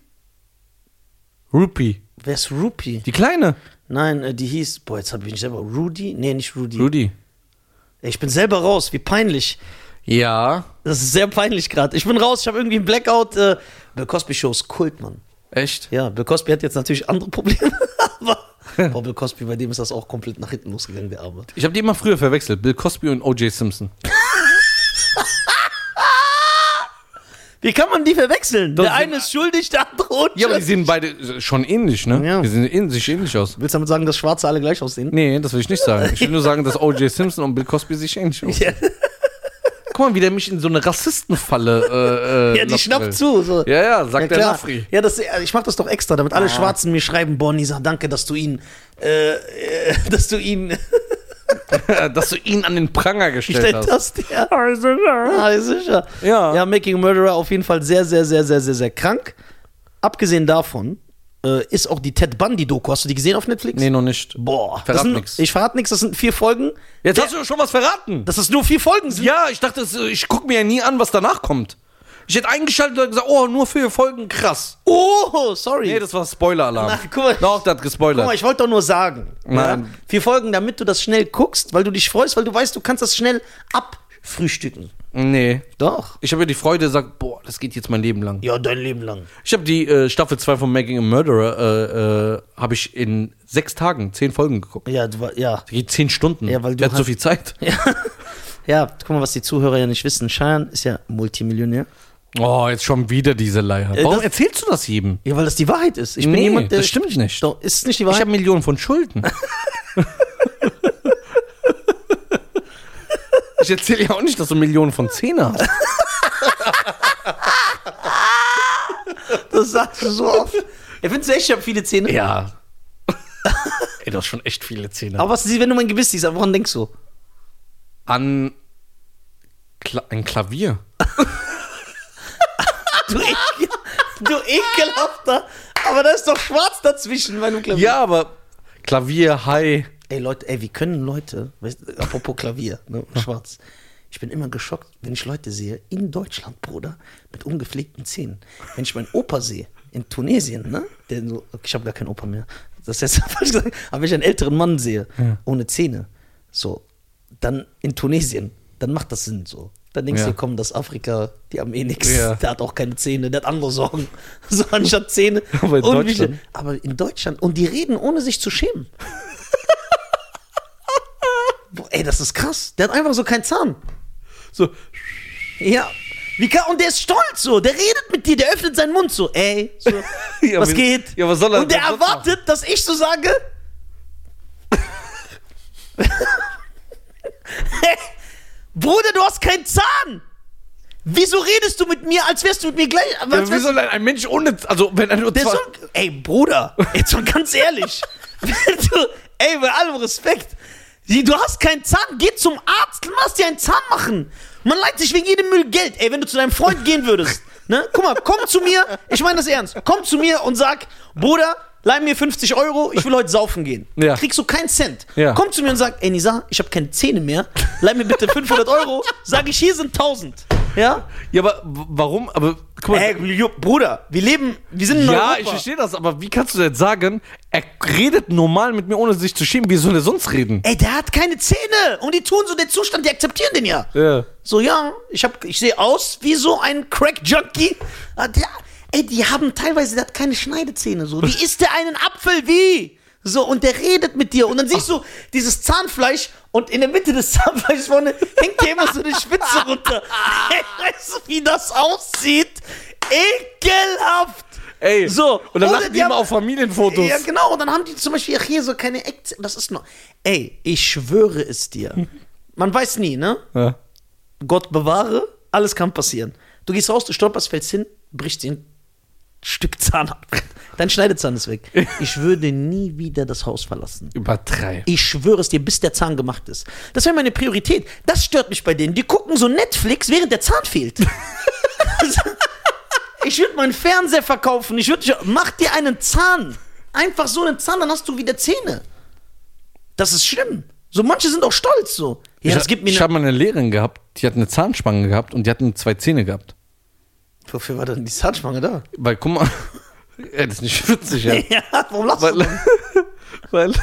[SPEAKER 2] Rupi.
[SPEAKER 1] Wer ist Rupi?
[SPEAKER 2] Die Kleine.
[SPEAKER 1] Nein, äh, die hieß, boah, jetzt hab ich mich selber, Rudy? Nee, nicht Rudy.
[SPEAKER 2] Rudy.
[SPEAKER 1] Ey, Ich bin selber raus, wie peinlich.
[SPEAKER 2] Ja.
[SPEAKER 1] Das ist sehr peinlich gerade. Ich bin raus, ich habe irgendwie einen Blackout. Äh, Bill Cosby Show ist Kult, Mann.
[SPEAKER 2] Echt?
[SPEAKER 1] Ja, Bill Cosby hat jetzt natürlich andere Probleme, [laughs] aber boah, Bill Cosby, bei dem ist das auch komplett nach hinten losgegangen, der Arme.
[SPEAKER 2] Ich habe die immer früher verwechselt. Bill Cosby und O.J. Simpson.
[SPEAKER 1] Wie kann man die verwechseln? der
[SPEAKER 2] sind-
[SPEAKER 1] eine ist schuldig, der andere unschuldig.
[SPEAKER 2] Ja, aber die sehen beide schon ähnlich, ne?
[SPEAKER 1] Ja.
[SPEAKER 2] Die sehen in sich ähnlich aus.
[SPEAKER 1] Willst du damit sagen, dass Schwarze alle gleich aussehen? [laughs]
[SPEAKER 2] Nee, das will ich nicht sagen. Ich will nur sagen, dass O.J. Simpson und Bill Cosby sich ähnlich aussehen.
[SPEAKER 1] Ja,
[SPEAKER 2] Guck mal, wie der mich in so eine Rassistenfalle. Äh, äh,
[SPEAKER 1] ja die
[SPEAKER 2] locken will.
[SPEAKER 1] schnappt zu. So.
[SPEAKER 2] Ja, ja, sagt der
[SPEAKER 1] klar.
[SPEAKER 2] Nafri. Ah.
[SPEAKER 1] Ja, das, äh, ich mache das doch extra, damit alle Schwarzen mir schreiben, Boah, Nisa, danke, dass du ihn, äh, äh, [laughs] dass du ihn
[SPEAKER 2] [laughs] Dass du ihn an den Pranger gestellt
[SPEAKER 1] gestellt
[SPEAKER 2] hast.
[SPEAKER 1] hast. Ja. Ah, sicher.
[SPEAKER 2] Ja.
[SPEAKER 1] ja, Making a Murderer auf jeden Fall sehr, sehr, sehr, sehr, sehr, sehr krank. Abgesehen davon äh, ist auch die Ted Bundy-Doku. Hast du die gesehen auf Netflix?
[SPEAKER 2] Nee, noch nicht.
[SPEAKER 1] Boah, das
[SPEAKER 2] Verrat
[SPEAKER 1] sind,
[SPEAKER 2] nix.
[SPEAKER 1] ich verrate nichts, das sind vier Folgen.
[SPEAKER 2] Jetzt hast du schon was verraten.
[SPEAKER 1] Dass es nur vier Folgen sind.
[SPEAKER 2] Ja, ich dachte, es- ich gucke mir ja nie an, was danach kommt. Ich hätte eingeschaltet und gesagt, oh, nur vier Folgen, krass.
[SPEAKER 1] Oh, sorry.
[SPEAKER 2] Nee, das war Spoiler-Alarm.
[SPEAKER 1] Na, [laughs] guck mal.
[SPEAKER 2] Doch, der hat gespoilert.
[SPEAKER 1] Guck mal, ich wollte doch nur sagen. Ja?
[SPEAKER 2] Nein.
[SPEAKER 1] Vier Folgen, damit du das schnell guckst, weil du dich freust, weil du weißt, du kannst das schnell abfrühstücken.
[SPEAKER 2] nee.
[SPEAKER 1] Doch.
[SPEAKER 2] Ich habe ja die Freude gesagt, boah, das geht jetzt mein Leben lang.
[SPEAKER 1] Ja, dein Leben lang.
[SPEAKER 2] Ich habe die äh, Staffel 2 von Making a Murderer, äh, äh, habe ich in sechs Tagen, zehn Folgen geguckt.
[SPEAKER 1] Ja, du, war- ja.
[SPEAKER 2] Die geht zehn Stunden.
[SPEAKER 1] Ja, weil du
[SPEAKER 2] Wer hat so
[SPEAKER 1] hast-
[SPEAKER 2] viel Zeit.
[SPEAKER 1] Ja. ja, guck mal, was die Zuhörer ja nicht wissen. Cheyenne ist ja Multimillionär.
[SPEAKER 2] Oh, jetzt schon wieder diese Leier.
[SPEAKER 1] Äh,
[SPEAKER 2] Warum
[SPEAKER 1] das-
[SPEAKER 2] erzählst du das jedem?
[SPEAKER 1] Ja, weil das die Wahrheit ist. Ich bin
[SPEAKER 2] Nee,
[SPEAKER 1] jemand, der.
[SPEAKER 2] das stimmt nicht.
[SPEAKER 1] Doch, ist es nicht die
[SPEAKER 2] Ich
[SPEAKER 1] Wahrheit?
[SPEAKER 2] habe Millionen von Schulden. ich erzähle ja auch nicht, dass du Millionen von Zehner hast.
[SPEAKER 1] das sagst du so oft. Ich finde echt, ich habe viele Zähne.
[SPEAKER 2] Ja. Ey, du hast schon echt viele Zehner.
[SPEAKER 1] Aber was ist, wenn du mein Gewiss siehst, woran denkst du?
[SPEAKER 2] an Kla ein Klavier.
[SPEAKER 1] Du, ekel, du ekelhafter. Aber da ist doch schwarz dazwischen, mein Klavier.
[SPEAKER 2] Ja, aber Klavier, High.
[SPEAKER 1] Ey, Leute, ey, wie können Leute, weißt, du, apropos Klavier,
[SPEAKER 2] [laughs]
[SPEAKER 1] ne, und schwarz. Ich bin immer geschockt, wenn ich Leute sehe in Deutschland, Bruder, mit ungepflegten Zähnen. Wenn ich meinen Opa sehe in Tunesien, ne? Der so, ich habe gar keinen Opa mehr. Das ist jetzt [laughs] falsch gesagt. Aber wenn ich einen älteren Mann sehe, ohne Zähne, so, dann in Tunesien, dann macht das Sinn so. Dann denkst
[SPEAKER 2] Ja.
[SPEAKER 1] du, komm, das Afrika, die haben eh nichts.
[SPEAKER 2] Ja.
[SPEAKER 1] Der hat auch keine Zähne, der hat andere Sorgen. [laughs] So anstatt Zähne.
[SPEAKER 2] [laughs] Aber in
[SPEAKER 1] Und wie-
[SPEAKER 2] Deutschland?
[SPEAKER 1] aber in Deutschland. Und die reden, ohne sich zu
[SPEAKER 2] [laughs]
[SPEAKER 1] schämen. Boah, ey, das ist krass. Der hat einfach so keinen Zahn.
[SPEAKER 2] So,
[SPEAKER 1] Ja. Wie kann, und der ist stolz so. Der redet mit dir, der öffnet seinen Mund so. Ey, so,
[SPEAKER 2] [laughs] Ja,
[SPEAKER 1] was
[SPEAKER 2] wie-
[SPEAKER 1] geht?
[SPEAKER 2] ja, was soll er
[SPEAKER 1] und der
[SPEAKER 2] denn sonst
[SPEAKER 1] erwartet, dass ich so
[SPEAKER 2] [laughs]
[SPEAKER 1] sage. [laughs] Hey, Bruder, du hast keinen Zahn. Wieso redest du mit mir, als wärst du mit mir gleich? Als
[SPEAKER 2] wie
[SPEAKER 1] wärst,
[SPEAKER 2] soll Äh, ein, ein Mensch ohne. Also, wenn er nur
[SPEAKER 1] der
[SPEAKER 2] zwei.
[SPEAKER 1] soll, ey, Bruder, jetzt mal ganz
[SPEAKER 2] [laughs]
[SPEAKER 1] ehrlich. Wenn du, ey, bei allem Respekt. die- Du hast keinen Zahn, geh zum Arzt, lass dir einen Zahn machen. Man leiht sich wegen jedem Müll Geld. Ey, wenn du zu deinem Freund gehen würdest, ne? Guck mal, komm zu mir, ich meine das ernst, komm zu mir und sag, Bruder, leih mir 50 Euro, ich will heute saufen gehen.
[SPEAKER 2] Ja.
[SPEAKER 1] Kriegst du keinen Cent.
[SPEAKER 2] Ja.
[SPEAKER 1] Komm zu mir und sag, ey, Nisa, ich habe keine Zähne mehr, leih mir bitte 500 Euro, sag ich, hier sind
[SPEAKER 2] [laughs]
[SPEAKER 1] 1000. Ja?
[SPEAKER 2] Ja, aber w- warum? Aber guck mal.
[SPEAKER 1] Ey, Jo- Bruder, wir leben, wir sind in
[SPEAKER 2] ja,
[SPEAKER 1] Europa.
[SPEAKER 2] ich verstehe das, aber wie kannst du jetzt sagen, er redet normal mit mir, ohne sich zu schämen? Wie soll er sonst reden?
[SPEAKER 1] Ey, der hat keine Zähne und die tun so den Zustand, die akzeptieren den ja.
[SPEAKER 2] Ja.
[SPEAKER 1] So ja, ich hab, ich sehe aus wie so ein Crack Junkie. Ah, Der, ey, die haben teilweise, der hat keine Schneidezähne so. Wie isst der einen Apfel wie? So und der redet mit dir und dann siehst du dieses Zahnfleisch und in der Mitte des Zahnfleisches vorne hängt dir immer so eine Spitze
[SPEAKER 2] [laughs]
[SPEAKER 1] runter. Ey, weißt du, wie das aussieht? Ekelhaft.
[SPEAKER 2] Ey,
[SPEAKER 1] So,
[SPEAKER 2] Und dann
[SPEAKER 1] oder
[SPEAKER 2] lachen
[SPEAKER 1] die
[SPEAKER 2] die immer
[SPEAKER 1] haben-
[SPEAKER 2] auf Familienfotos.
[SPEAKER 1] Ja, genau. Und dann haben die zum Beispiel auch hier so keine Eckzähne. Das ist noch. Ey, ich schwöre es
[SPEAKER 2] [laughs]
[SPEAKER 1] dir. Man weiß nie, ne?
[SPEAKER 2] Ja.
[SPEAKER 1] Gott bewahre, alles kann passieren. Du gehst raus, du stolperst, fällst hin, brichst dir ein Stück Zahn ab. [laughs] Dein Schneidezahn ist weg. Ich würde nie wieder das Haus verlassen.
[SPEAKER 2] Übertreib.
[SPEAKER 1] Ich schwöre es dir, bis der Zahn gemacht ist. Das wäre meine Priorität. Das stört mich bei denen. Die gucken so Netflix, während der Zahn fehlt. [laughs] ich würde meinen Fernseher verkaufen. Ich würde, mach dir einen Zahn. Einfach so einen Zahn, dann hast du wieder Zähne. Das ist schlimm. So manche sind auch stolz so. Ja, das gibt mir ne-
[SPEAKER 2] ich
[SPEAKER 1] eine,
[SPEAKER 2] habe mal eine Lehrerin gehabt, die hat eine Zahnspange gehabt und die hatten zwei Zähne gehabt.
[SPEAKER 1] Wofür war denn die Zahnspange da?
[SPEAKER 2] Weil, guck mal, [laughs] ja, das ist nicht witzig, ja.
[SPEAKER 1] [laughs] Ja, warum lachst du?
[SPEAKER 2] Weil, weil,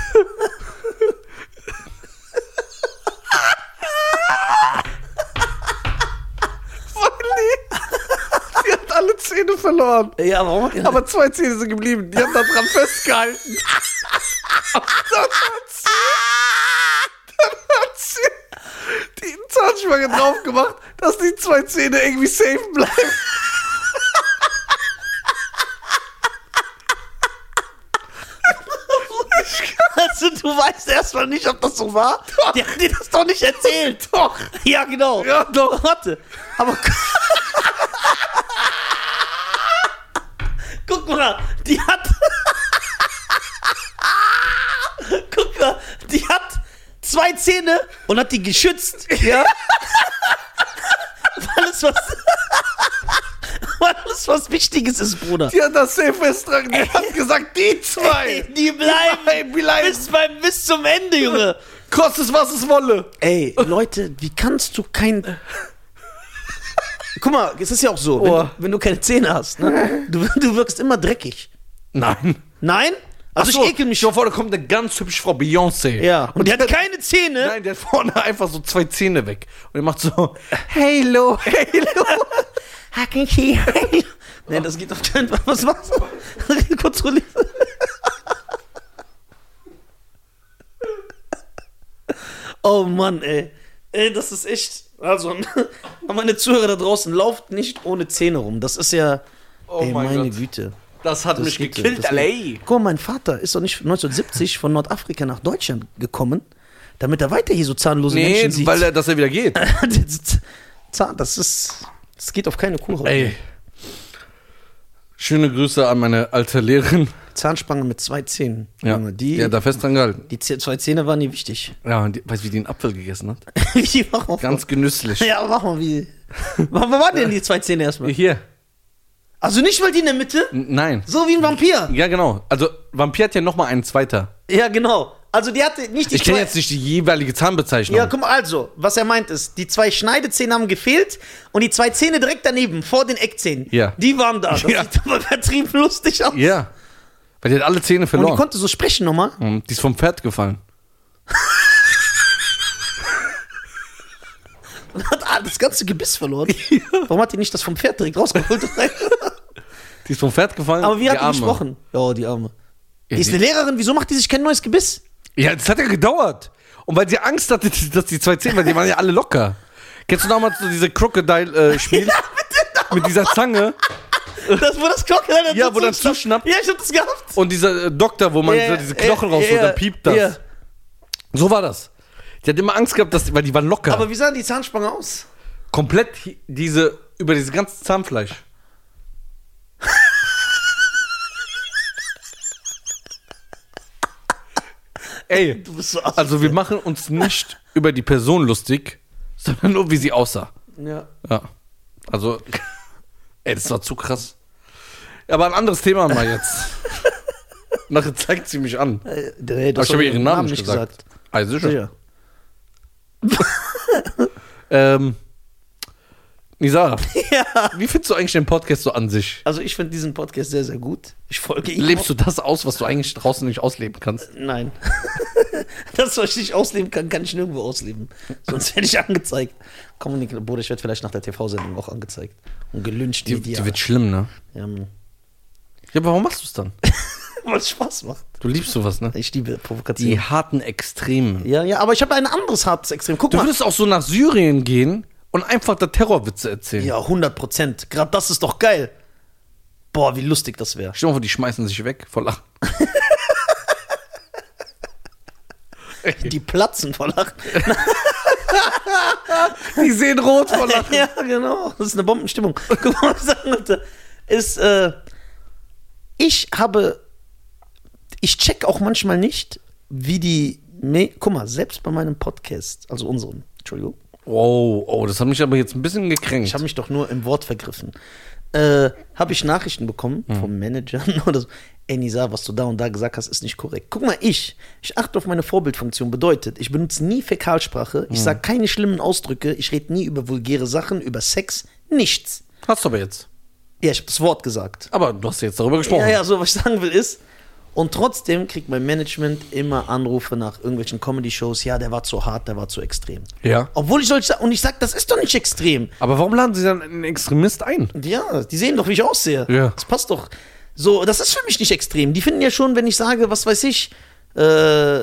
[SPEAKER 2] die [laughs] hat alle Zähne verloren.
[SPEAKER 1] Ja, warum?
[SPEAKER 2] [laughs] Aber zwei Zähne sind geblieben. Die haben da dran festgehalten. [laughs] dann hat sie, dann hat sie die Zahnspange drauf gemacht, dass die zwei Zähne irgendwie safe bleiben.
[SPEAKER 1] [laughs]
[SPEAKER 2] [laughs]
[SPEAKER 1] Also, du weißt erstmal nicht, ob das so war. Die hat dir das doch nicht
[SPEAKER 2] [laughs]
[SPEAKER 1] erzählt. Doch. Ja, genau.
[SPEAKER 2] Ja, doch.
[SPEAKER 1] [laughs] Warte. Aber. Guck mal, die hat. [laughs] Guck mal, die hat zwei Zähne und hat die geschützt.
[SPEAKER 2] [laughs]
[SPEAKER 1] Ja. Weil es was. [laughs] Weil es was Wichtiges ist, Bruder.
[SPEAKER 2] Die hat das safe festgetragen. Die hat gesagt, die zwei.
[SPEAKER 1] [laughs] Die bleiben
[SPEAKER 2] Ey, vielleicht
[SPEAKER 1] bis, beim, bis zum Ende, [laughs] Junge.
[SPEAKER 2] kostet es, was es wolle.
[SPEAKER 1] Ey, Leute, wie kannst du kein. Guck mal, es ist ja auch so, wenn,
[SPEAKER 2] Oh.
[SPEAKER 1] du- wenn du keine Zähne hast, ne? du, du wirkst immer dreckig.
[SPEAKER 2] Nein.
[SPEAKER 1] Nein? Also ich ekel mich.
[SPEAKER 2] schon vor, da kommt eine ganz hübsche Frau, Beyoncé.
[SPEAKER 1] Ja. Und die hat keine Zähne.
[SPEAKER 2] Nein, der hat vorne einfach so zwei Zähne weg. Und er macht so, Halo, Halo.
[SPEAKER 1] [laughs] Hackenki. Nein, das geht auf keinen Fall. Was war's? [laughs] Kontrolliert. oh Mann, ey. Ey, das ist echt. Also, [laughs] an meine Zuhörer da draußen, lauft nicht ohne Zähne rum. Das ist ja.
[SPEAKER 2] Oh
[SPEAKER 1] ey,
[SPEAKER 2] mein
[SPEAKER 1] meine
[SPEAKER 2] Gott.
[SPEAKER 1] Güte.
[SPEAKER 2] Das hat
[SPEAKER 1] Das
[SPEAKER 2] mich
[SPEAKER 1] geht so,
[SPEAKER 2] gekillt,
[SPEAKER 1] das geht-
[SPEAKER 2] Alter.
[SPEAKER 1] Guck mal, mein Vater ist doch nicht 1970 von Nordafrika nach Deutschland gekommen, damit er weiter hier so zahnlose Menschen sieht.
[SPEAKER 2] weil er, dass er wieder geht.
[SPEAKER 1] [laughs] Zahn, das ist. Das geht auf keine Kuh raus.
[SPEAKER 2] Ey. Schöne Grüße an meine alte Lehrerin.
[SPEAKER 1] Zahnspange mit zwei Zähnen.
[SPEAKER 2] Ja,
[SPEAKER 1] Junge, die,
[SPEAKER 2] die hat da fest dran gehalten.
[SPEAKER 1] die Zäh- zwei Zähne waren die wichtig. [laughs]
[SPEAKER 2] Ja, und die, weißt du, wie die einen Apfel gegessen hat?
[SPEAKER 1] die mach mal.
[SPEAKER 2] Ganz
[SPEAKER 1] [laughs]
[SPEAKER 2] genüsslich.
[SPEAKER 1] ja, mach mal wie. Wo wo waren denn die zwei Zähne erstmal?
[SPEAKER 2] Hier.
[SPEAKER 1] Also nicht mal die in der Mitte?
[SPEAKER 2] N- Nein.
[SPEAKER 1] So wie ein Vampir.
[SPEAKER 2] Ja, genau. Also, Vampir hat ja nochmal einen zweiter.
[SPEAKER 1] Ja, genau. Also die hatte nicht die
[SPEAKER 2] Ich kenne
[SPEAKER 1] zwei-
[SPEAKER 2] jetzt nicht die jeweilige Zahnbezeichnung.
[SPEAKER 1] Ja, guck mal, also, was er meint ist, die zwei Schneidezähne haben gefehlt und die zwei Zähne direkt daneben, vor den Eckzähnen,
[SPEAKER 2] Ja.
[SPEAKER 1] die waren da. Das
[SPEAKER 2] Ja.
[SPEAKER 1] sieht aber [laughs] übertrieben lustig aus.
[SPEAKER 2] Ja. genau. Weil die hat alle Zähne
[SPEAKER 1] Und die
[SPEAKER 2] verloren.
[SPEAKER 1] konnte so sprechen nochmal.
[SPEAKER 2] Die, die ist vom Pferd gefallen.
[SPEAKER 1] Und hat ah, das ganze Gebiss verloren. Warum hat die nicht das vom Pferd direkt
[SPEAKER 2] [laughs]
[SPEAKER 1] rausgeholt?
[SPEAKER 2] Die ist vom Pferd gefallen.
[SPEAKER 1] Aber wie hat die
[SPEAKER 2] Arme.
[SPEAKER 1] gesprochen? Ja, die Arme.
[SPEAKER 2] Ja,
[SPEAKER 1] die ist
[SPEAKER 2] die-
[SPEAKER 1] eine Lehrerin, wieso macht die sich kein neues Gebiss? [laughs]
[SPEAKER 2] Ja, das hat ja gedauert. Und weil sie Angst hatte, [laughs] dass die zwei Zähne, weil die waren ja alle locker. Kennst du damals so diese
[SPEAKER 1] [laughs]
[SPEAKER 2] Crocodile-Spiel? mit dieser Zange
[SPEAKER 1] Genau. Das, wo das Glocke dann
[SPEAKER 2] Ja,
[SPEAKER 1] so
[SPEAKER 2] wo dann
[SPEAKER 1] zuschnappt.
[SPEAKER 2] zuschnappt.
[SPEAKER 1] Ja, ich hab das gehabt. Äh,
[SPEAKER 2] und dieser äh, Doktor, wo man so diese Knochen rausholt,
[SPEAKER 1] ja,
[SPEAKER 2] dann piept das.
[SPEAKER 1] ja.
[SPEAKER 2] So war das. Die hat immer Angst gehabt, dass, weil die waren locker.
[SPEAKER 1] Aber wie sahen die Zahnspange aus?
[SPEAKER 2] Komplett hi- diese, über dieses ganze Zahnfleisch. Ey,
[SPEAKER 1] Du bist so
[SPEAKER 2] also wir machen uns nicht über die Person lustig, sondern nur, wie sie aussah.
[SPEAKER 1] ja.
[SPEAKER 2] Ja. Also, [laughs] ey, das war zu krass. Aber ein anderes Thema mal jetzt. [laughs] Nachher zeigt sie mich an.
[SPEAKER 1] Äh, nee, du
[SPEAKER 2] Aber
[SPEAKER 1] hast
[SPEAKER 2] ich habe
[SPEAKER 1] doch
[SPEAKER 2] ihren Namen nicht gesagt. Ah, sicher.
[SPEAKER 1] Sicher.
[SPEAKER 2] Ähm, [laughs] Nisa,
[SPEAKER 1] Ja.
[SPEAKER 2] wie findest du eigentlich den Podcast so an sich?
[SPEAKER 1] Also ich finde diesen Podcast sehr, sehr gut. Ich folge ihm.
[SPEAKER 2] Lebst du das aus, was du eigentlich draußen nicht ausleben kannst?
[SPEAKER 1] Nein. [laughs] das, was ich nicht ausleben kann, kann ich nirgendwo ausleben. Sonst werde ich angezeigt. Komm, Nick, Bruder, ich werde vielleicht nach der TV-Sendung auch angezeigt. Und gelünscht
[SPEAKER 2] Die, die wird schlimm, ne?
[SPEAKER 1] ja, Mann. [laughs]
[SPEAKER 2] Ja, aber warum machst du es dann?
[SPEAKER 1] was Spaß macht.
[SPEAKER 2] Du liebst sowas, ne?
[SPEAKER 1] Ich liebe Provokation.
[SPEAKER 2] Die harten Extremen.
[SPEAKER 1] Ja, ja, aber ich habe ein anderes hartes Extrem. Guck
[SPEAKER 2] Du
[SPEAKER 1] mal.
[SPEAKER 2] würdest auch so nach Syrien gehen und einfach da Terrorwitze erzählen.
[SPEAKER 1] Ja, 100 Prozent. Gerade das ist doch geil. Boah, wie lustig das wäre.
[SPEAKER 2] Stell dir mal vor, die schmeißen sich weg vor Lachen. [laughs]
[SPEAKER 1] Die platzen vor Lachen.
[SPEAKER 2] Die sehen rot vor Lachen.
[SPEAKER 1] Ja, genau. Das ist eine Bombenstimmung. Guck mal, was ich sagen wollte. Ist, äh, ich habe, ich check auch manchmal nicht, wie die, Me guck mal, selbst bei meinem Podcast, also unserem, Entschuldigung,
[SPEAKER 2] Wow, oh, das hat mich aber jetzt ein bisschen gekränkt.
[SPEAKER 1] ich habe mich doch nur im Wort vergriffen, äh, habe ich Nachrichten bekommen vom Manager [laughs] oder so. Ey, Nisa, was du da und da gesagt hast, ist nicht korrekt. Guck mal, ich, ich achte auf meine Vorbildfunktion. Bedeutet, ich benutze nie Fäkalsprache, ich sage keine schlimmen Ausdrücke, ich rede nie über vulgäre Sachen, über Sex, nichts.
[SPEAKER 2] hast du aber jetzt.
[SPEAKER 1] Ja, ich habe das Wort gesagt.
[SPEAKER 2] Aber du hast jetzt darüber gesprochen.
[SPEAKER 1] Ja, ja, so was ich sagen will ist. Und trotzdem kriegt mein Management immer Anrufe nach irgendwelchen Comedy-Shows. Ja, der war zu hart, der war zu extrem.
[SPEAKER 2] Ja.
[SPEAKER 1] Obwohl ich solche und ich sag, das ist doch nicht extrem.
[SPEAKER 2] Aber warum laden sie dann einen Extremist ein?
[SPEAKER 1] Ja, die sehen doch, wie ich aussehe.
[SPEAKER 2] Ja.
[SPEAKER 1] Das passt doch. So, das ist für mich nicht extrem. Die finden ja schon, wenn ich sage, was weiß ich, äh,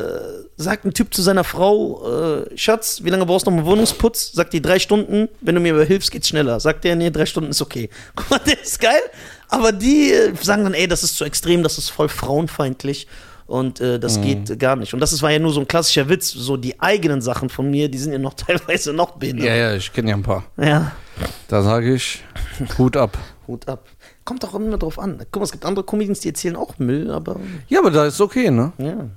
[SPEAKER 1] sagt ein Typ zu seiner Frau, äh, Schatz, wie lange brauchst du noch einen Wohnungsputz? Sagt die drei Stunden, wenn du mir überhilfst, geht's schneller. Sagt der, nee, drei Stunden ist okay. [laughs] Guck mal, der ist geil. Aber die äh, sagen dann, ey, das ist zu extrem, das ist voll frauenfeindlich. Und äh, das geht gar nicht. Und das ist, war ja nur so ein klassischer Witz. So die eigenen Sachen von mir, die sind ja noch [laughs] teilweise noch behindert.
[SPEAKER 2] ja, ich kenne ja ein paar.
[SPEAKER 1] ja.
[SPEAKER 2] Da sage ich, Hut ab.
[SPEAKER 1] Hut ab. Kommt auch immer drauf an. Guck mal, es gibt andere Comedians, die erzählen auch Müll, aber
[SPEAKER 2] Ja, aber da ist okay, ne?
[SPEAKER 1] ja,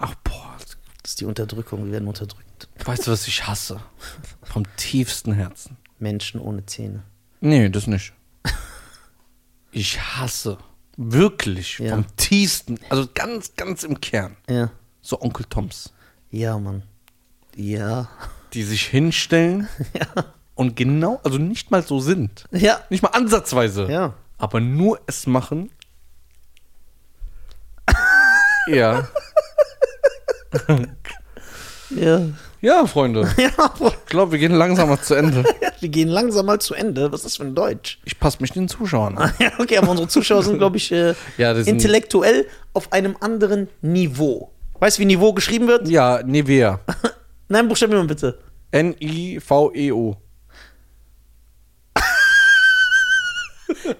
[SPEAKER 2] Ach, boah.
[SPEAKER 1] das ist die Unterdrückung. Wir werden unterdrückt.
[SPEAKER 2] Weißt du, was ich hasse? Vom tiefsten Herzen.
[SPEAKER 1] Menschen ohne Zähne.
[SPEAKER 2] Nee, das nicht. Ich hasse. Wirklich.
[SPEAKER 1] Ja.
[SPEAKER 2] Vom tiefsten. Also ganz, ganz im Kern.
[SPEAKER 1] Ja.
[SPEAKER 2] So Onkel Toms.
[SPEAKER 1] Ja, Mann. Ja. [laughs]
[SPEAKER 2] Die sich hinstellen
[SPEAKER 1] Ja.
[SPEAKER 2] und genau, also nicht mal so sind.
[SPEAKER 1] Ja.
[SPEAKER 2] Nicht mal ansatzweise.
[SPEAKER 1] Ja.
[SPEAKER 2] Aber nur es machen. ja.
[SPEAKER 1] Ja.
[SPEAKER 2] Ja, Freunde. Ich glaube, wir gehen langsam mal zu Ende.
[SPEAKER 1] Wir gehen langsam mal zu Ende. Was ist das für ein Deutsch? [laughs]
[SPEAKER 2] Ich passe mich den Zuschauern an.
[SPEAKER 1] Ja, okay, aber unsere Zuschauer sind, glaube ich, äh,
[SPEAKER 2] [laughs] Ja, das sind-
[SPEAKER 1] intellektuell auf einem anderen Niveau. Weißt du, wie Niveau geschrieben wird?
[SPEAKER 2] Ja, Nivea.
[SPEAKER 1] [laughs] Nein, buchstabieren wir mal bitte.
[SPEAKER 2] N-I-V-E-O.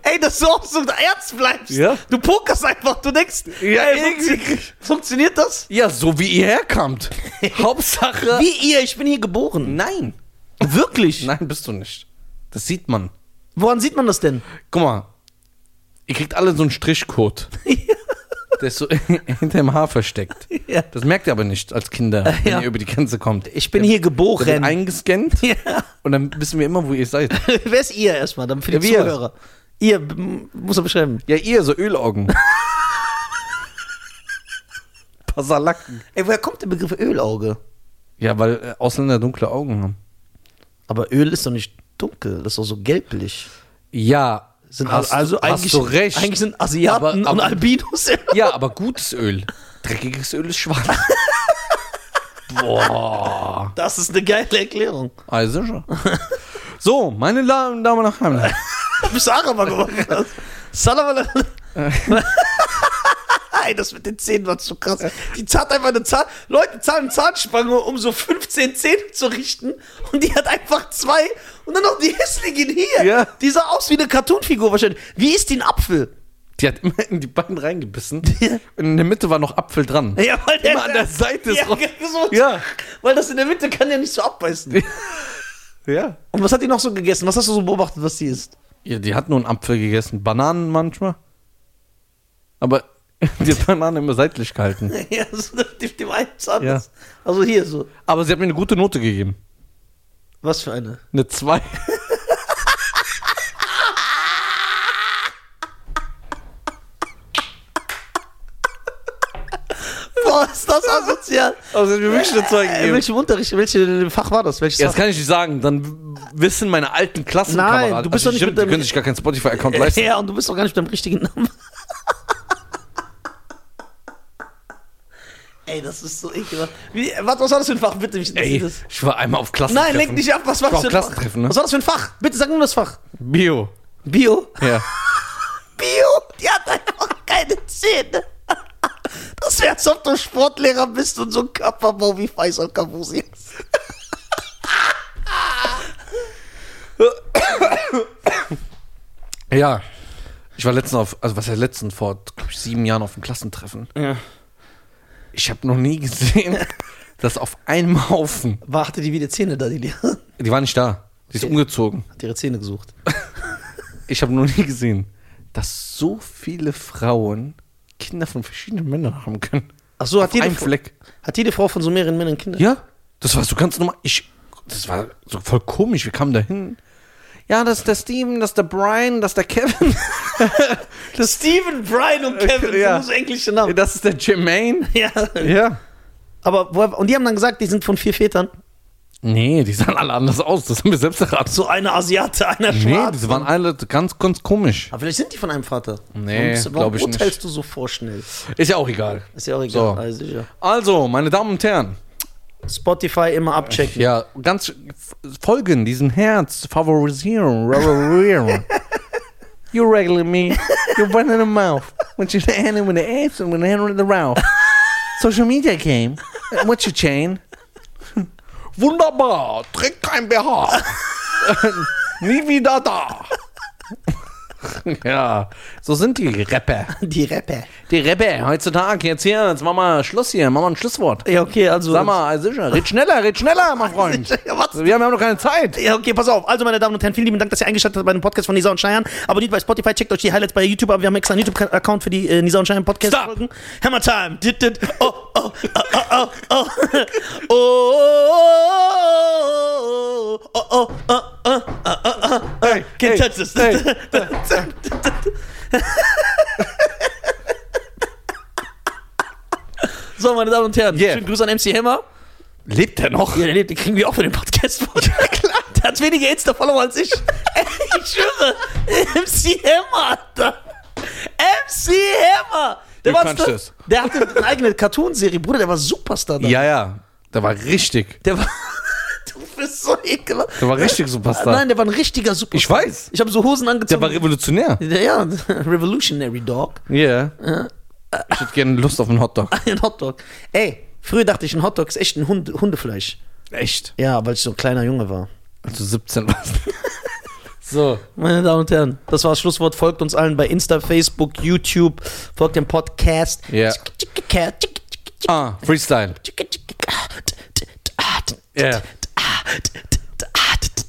[SPEAKER 1] Ey, dass du auch so ernst bleibst.
[SPEAKER 2] Ja.
[SPEAKER 1] Du pokerst einfach. Du denkst,
[SPEAKER 2] Ja,
[SPEAKER 1] ey,
[SPEAKER 2] irgendwie-
[SPEAKER 1] funktio- funktioniert das?
[SPEAKER 2] Ja, so wie
[SPEAKER 1] [laughs]
[SPEAKER 2] ihr herkommt. Hauptsache.
[SPEAKER 1] Wie ihr? Ich bin hier geboren.
[SPEAKER 2] Nein.
[SPEAKER 1] Wirklich?
[SPEAKER 2] Nein, bist du nicht. Das sieht man.
[SPEAKER 1] Woran sieht man das denn?
[SPEAKER 2] Guck mal. Ihr kriegt alle so
[SPEAKER 1] [laughs]
[SPEAKER 2] einen Strichcode. Der ist so [laughs] hinter dem Haar versteckt.
[SPEAKER 1] Ja.
[SPEAKER 2] Das merkt ihr aber nicht
[SPEAKER 1] [laughs]
[SPEAKER 2] als Kinder, wenn
[SPEAKER 1] Ja.
[SPEAKER 2] ihr über die Grenze kommt.
[SPEAKER 1] Ich bin hier
[SPEAKER 2] Der wird
[SPEAKER 1] geboren.
[SPEAKER 2] eingescannt
[SPEAKER 1] Ja. [laughs]
[SPEAKER 2] und dann wissen wir immer, wo ihr seid.
[SPEAKER 1] Wer ist ihr erstmal? Dann für die
[SPEAKER 2] Ja, wir.
[SPEAKER 1] Zuhörer. Ihr m- muss er beschreiben.
[SPEAKER 2] Ja, ihr, so
[SPEAKER 1] [laughs]
[SPEAKER 2] Ölaugen. Pasalacken.
[SPEAKER 1] Ey, woher kommt der Begriff Ölauge?
[SPEAKER 2] Ja, weil äh, Ausländer dunkle Augen haben.
[SPEAKER 1] Aber Öl ist doch nicht dunkel, das ist doch so gelblich.
[SPEAKER 2] Ja.
[SPEAKER 1] Sind
[SPEAKER 2] hast,
[SPEAKER 1] also, also
[SPEAKER 2] hast
[SPEAKER 1] eigentlich,
[SPEAKER 2] du recht.
[SPEAKER 1] eigentlich sind Asiaten
[SPEAKER 2] Aber- aber-
[SPEAKER 1] und Albinos.
[SPEAKER 2] ja, aber gutes Öl. Dreckiges Öl ist schwarz. Boah.
[SPEAKER 1] [laughs] Das ist eine geile Erklärung.
[SPEAKER 2] Also schon. So, meine La- Damen
[SPEAKER 1] [laughs]
[SPEAKER 2] und Herren.
[SPEAKER 1] Du bist Araber geworden. [laughs] hast. Salam [laughs] alaikum. Ey, das mit den Zähnen war zu krass. Die zahlt einfach eine Zahn. Leute zahlen Zahnspange, um so 15 Zähne zu richten. Und die hat einfach zwei. Und dann noch die hässlichen hier.
[SPEAKER 2] Ja.
[SPEAKER 1] Die sah aus wie eine Cartoonfigur wahrscheinlich. Wie ist die ein Apfel?
[SPEAKER 2] Die hat immer in die beiden reingebissen.
[SPEAKER 1] Ja.
[SPEAKER 2] Und in der Mitte war noch Apfel dran.
[SPEAKER 1] Ja, weil
[SPEAKER 2] Immer an der Seite ist
[SPEAKER 1] ja, genau
[SPEAKER 2] raus.
[SPEAKER 1] so,
[SPEAKER 2] Ja.
[SPEAKER 1] [laughs] Weil das in der Mitte kann ja nicht so abbeißen.
[SPEAKER 2] Ja.
[SPEAKER 1] Und was hat die noch so gegessen? Was hast du so beobachtet, was die isst?
[SPEAKER 2] ja. Die hat nur einen Apfel gegessen. Bananen manchmal. Aber [laughs] die hat Bananen immer seitlich gehalten.
[SPEAKER 1] [laughs] Ja, so dem, dem einen Zahn.
[SPEAKER 2] Ja.
[SPEAKER 1] Also hier so.
[SPEAKER 2] Aber sie hat mir eine gute Note gegeben.
[SPEAKER 1] Was für eine?
[SPEAKER 2] Eine 2.
[SPEAKER 1] Boah, ist das asozial.
[SPEAKER 2] Aber sie hat mir wirklich eine 2
[SPEAKER 1] In Äh, welchem Unterricht, in welchem Fach war das? Welches
[SPEAKER 2] Äh, Ja, das
[SPEAKER 1] Fach?
[SPEAKER 2] kann ich nicht sagen. Dann w- wissen meine alten Klassenkameraden. Also
[SPEAKER 1] Nein, du bist doch nicht
[SPEAKER 2] stimmt,
[SPEAKER 1] mit
[SPEAKER 2] Die
[SPEAKER 1] deinem- Äh,
[SPEAKER 2] können sich gar keinen Spotify-Account leisten.
[SPEAKER 1] Ja, und du bist doch gar nicht mit deinem richtigen Namen. [laughs] Ey, das ist so ekelhaft. Wie, warte, was war das für ein Fach? Bitte, mich interessiert
[SPEAKER 2] Ey,
[SPEAKER 1] das.
[SPEAKER 2] ich war einmal auf Klassentreffen.
[SPEAKER 1] Nein, lenk nicht ab, was war das
[SPEAKER 2] Doch,
[SPEAKER 1] für ein Fach?
[SPEAKER 2] Klassentreffen, ne?
[SPEAKER 1] Was war das für ein Fach? Bitte sag nur das Fach.
[SPEAKER 2] Bio.
[SPEAKER 1] Bio?
[SPEAKER 2] Ja.
[SPEAKER 1] Bio, die hat einfach keine Zähne. Das wäre, als ob du Sportlehrer bist und so ein Körperbau wie Faisal Kabusi hast.
[SPEAKER 2] Ja. Ich war letztens auf, also was heißt letztens, vor glaub ich, sieben Jahren auf dem Klassentreffen.
[SPEAKER 1] Ja.
[SPEAKER 2] Ich habe noch nie gesehen, [laughs] dass auf einem Haufen,
[SPEAKER 1] Warte die wieder Zähne da, die Lehrerin?
[SPEAKER 2] die war nicht da, die ist umgezogen.
[SPEAKER 1] Hat ihre Zähne gesucht.
[SPEAKER 2] Ich habe noch nie gesehen, dass so viele Frauen Kinder von verschiedenen Männern haben können.
[SPEAKER 1] Ach so, hat
[SPEAKER 2] Auf einem
[SPEAKER 1] jede, Fra-
[SPEAKER 2] Fleck.
[SPEAKER 1] hat jede Frau von so mehreren Männern Kinder?
[SPEAKER 2] Ja, das war so ganz normal. Ich, das war so voll komisch. Wir kamen da hin. Ja, das ist der Steven, das ist der Brian, das ist der Kevin,
[SPEAKER 1] Das Steven, Brian und Kevin,
[SPEAKER 2] Ja.
[SPEAKER 1] so muss englische Namen.
[SPEAKER 2] [laughs] das ist der Jermaine.
[SPEAKER 1] Ja.
[SPEAKER 2] Ja.
[SPEAKER 1] Aber woher, und die haben dann gesagt, die sind von vier Vätern.
[SPEAKER 2] Nee, die sahen alle anders aus. Das haben wir selbst erraten.
[SPEAKER 1] So einer Asiate, einer
[SPEAKER 2] Nee,
[SPEAKER 1] Schwarz.
[SPEAKER 2] die waren alle ganz, ganz komisch.
[SPEAKER 1] aber vielleicht sind die von einem Vater.
[SPEAKER 2] Nee,
[SPEAKER 1] Warum- warum
[SPEAKER 2] glaub ich nicht.
[SPEAKER 1] urteilst du so vorschnell?
[SPEAKER 2] Ist ja auch egal.
[SPEAKER 1] Ist ja auch egal.
[SPEAKER 2] So.
[SPEAKER 1] Also, sicher.
[SPEAKER 2] Also, meine Damen und Herren,
[SPEAKER 1] Spotify immer abchecken.
[SPEAKER 2] ja, ganz f- folgen diesen Herz, favorisieren, favorisieren. You regulate me, you run in the mouth, when you hand in the ass and when you hand in the mouth. Social media game, what's your chain? Wunderbar, trägt kein BH. [laughs] Nie wieder da. ja, so sind die Rapper.
[SPEAKER 1] Die Rapper.
[SPEAKER 2] Die Rapper heutzutage, jetzt hier, jetzt machen wir Schluss hier, machen wir ein Schlusswort.
[SPEAKER 1] Ja, okay, also.
[SPEAKER 2] Sag mal, also sicher, red schneller, red schneller, mein Freund.
[SPEAKER 1] [laughs] Ja, was?
[SPEAKER 2] Also, Wir haben ja noch keine Zeit.
[SPEAKER 1] Ja, okay, pass auf. Also, meine Damen und Herren, vielen lieben Dank, dass ihr eingeschaltet habt bei dem Podcast von Nisa und Scheiern. Abonniert bei Spotify, checkt euch die Highlights bei YouTube ab. Wir haben extra einen YouTube-Account für die äh, Nisa und Scheiern Podcast-Folgen. Hammer Time. Dit, dit. Oh, oh, oh, oh, oh, [laughs] oh. Oh, oh, oh, oh, oh, oh, oh, oh, oh. Can't touch this. [laughs] So, meine Damen und Herren,
[SPEAKER 2] Yeah.
[SPEAKER 1] schönen Gruß an MC Hammer.
[SPEAKER 2] [laughs] Lebt er noch?
[SPEAKER 1] Ja, den, den kriegen wir auch für den Podcast
[SPEAKER 2] [laughs]
[SPEAKER 1] vor. Ja, klar. Der hat weniger Insta-Follower als ich. Ey, ich schwöre. MC Hammer, Alter. MC Hammer. Der,
[SPEAKER 2] Du
[SPEAKER 1] war
[SPEAKER 2] kannst es.
[SPEAKER 1] der hatte eine eigene Cartoonserie, Bruder. Der war Superstar. da.
[SPEAKER 2] Ja, ja. Der war richtig.
[SPEAKER 1] Der war. [laughs] Du bist so ekelhaft.
[SPEAKER 2] Der war richtig Superstar.
[SPEAKER 1] Nein, der war ein richtiger Superstar.
[SPEAKER 2] Ich weiß.
[SPEAKER 1] Ich habe so Hosen
[SPEAKER 2] Der war
[SPEAKER 1] angezogen.
[SPEAKER 2] revolutionär.
[SPEAKER 1] Der ja, [laughs] Revolutionary Dog. [laughs]
[SPEAKER 2] Yeah. Ich hätte gerne Lust auf einen Hotdog.
[SPEAKER 1] Ein Hotdog. Ey, früher dachte ich, ein Hotdog ist echt ein Hund, Hundefleisch.
[SPEAKER 2] Echt?
[SPEAKER 1] Ja, weil ich so ein kleiner Junge war.
[SPEAKER 2] Als du 17 warst. So.
[SPEAKER 1] Meine Damen und Herren, das war das Schlusswort. Folgt uns allen bei Insta, Facebook, YouTube. Folgt dem Podcast.
[SPEAKER 2] Ja. Ah, Freestyle. Yeah.
[SPEAKER 1] Yeah.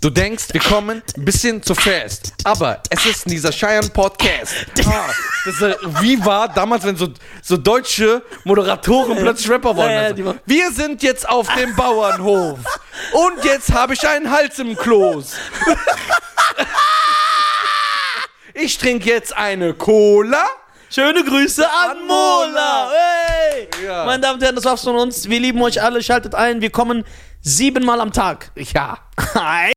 [SPEAKER 2] Du denkst, wir kommen ein bisschen zu fest. Aber es ist dieser Scheiern-Podcast. Ah, das ist, äh, wie war damals, wenn so, so deutsche Moderatoren plötzlich Rapper wurden?
[SPEAKER 1] Ja, ja, die
[SPEAKER 2] Also,
[SPEAKER 1] machen-
[SPEAKER 2] wir sind jetzt auf dem Bauernhof. Und jetzt habe ich einen Hals
[SPEAKER 1] [laughs]
[SPEAKER 2] im Kloß. Ich trinke jetzt eine Cola.
[SPEAKER 1] Schöne Grüße an Mola. Hey!
[SPEAKER 2] Ja.
[SPEAKER 1] Meine Damen und Herren, das
[SPEAKER 2] [laughs]
[SPEAKER 1] war's von uns. Wir lieben euch alle. Schaltet ein. Wir kommen siebenmal am Tag.
[SPEAKER 2] Ja.
[SPEAKER 1] Hi.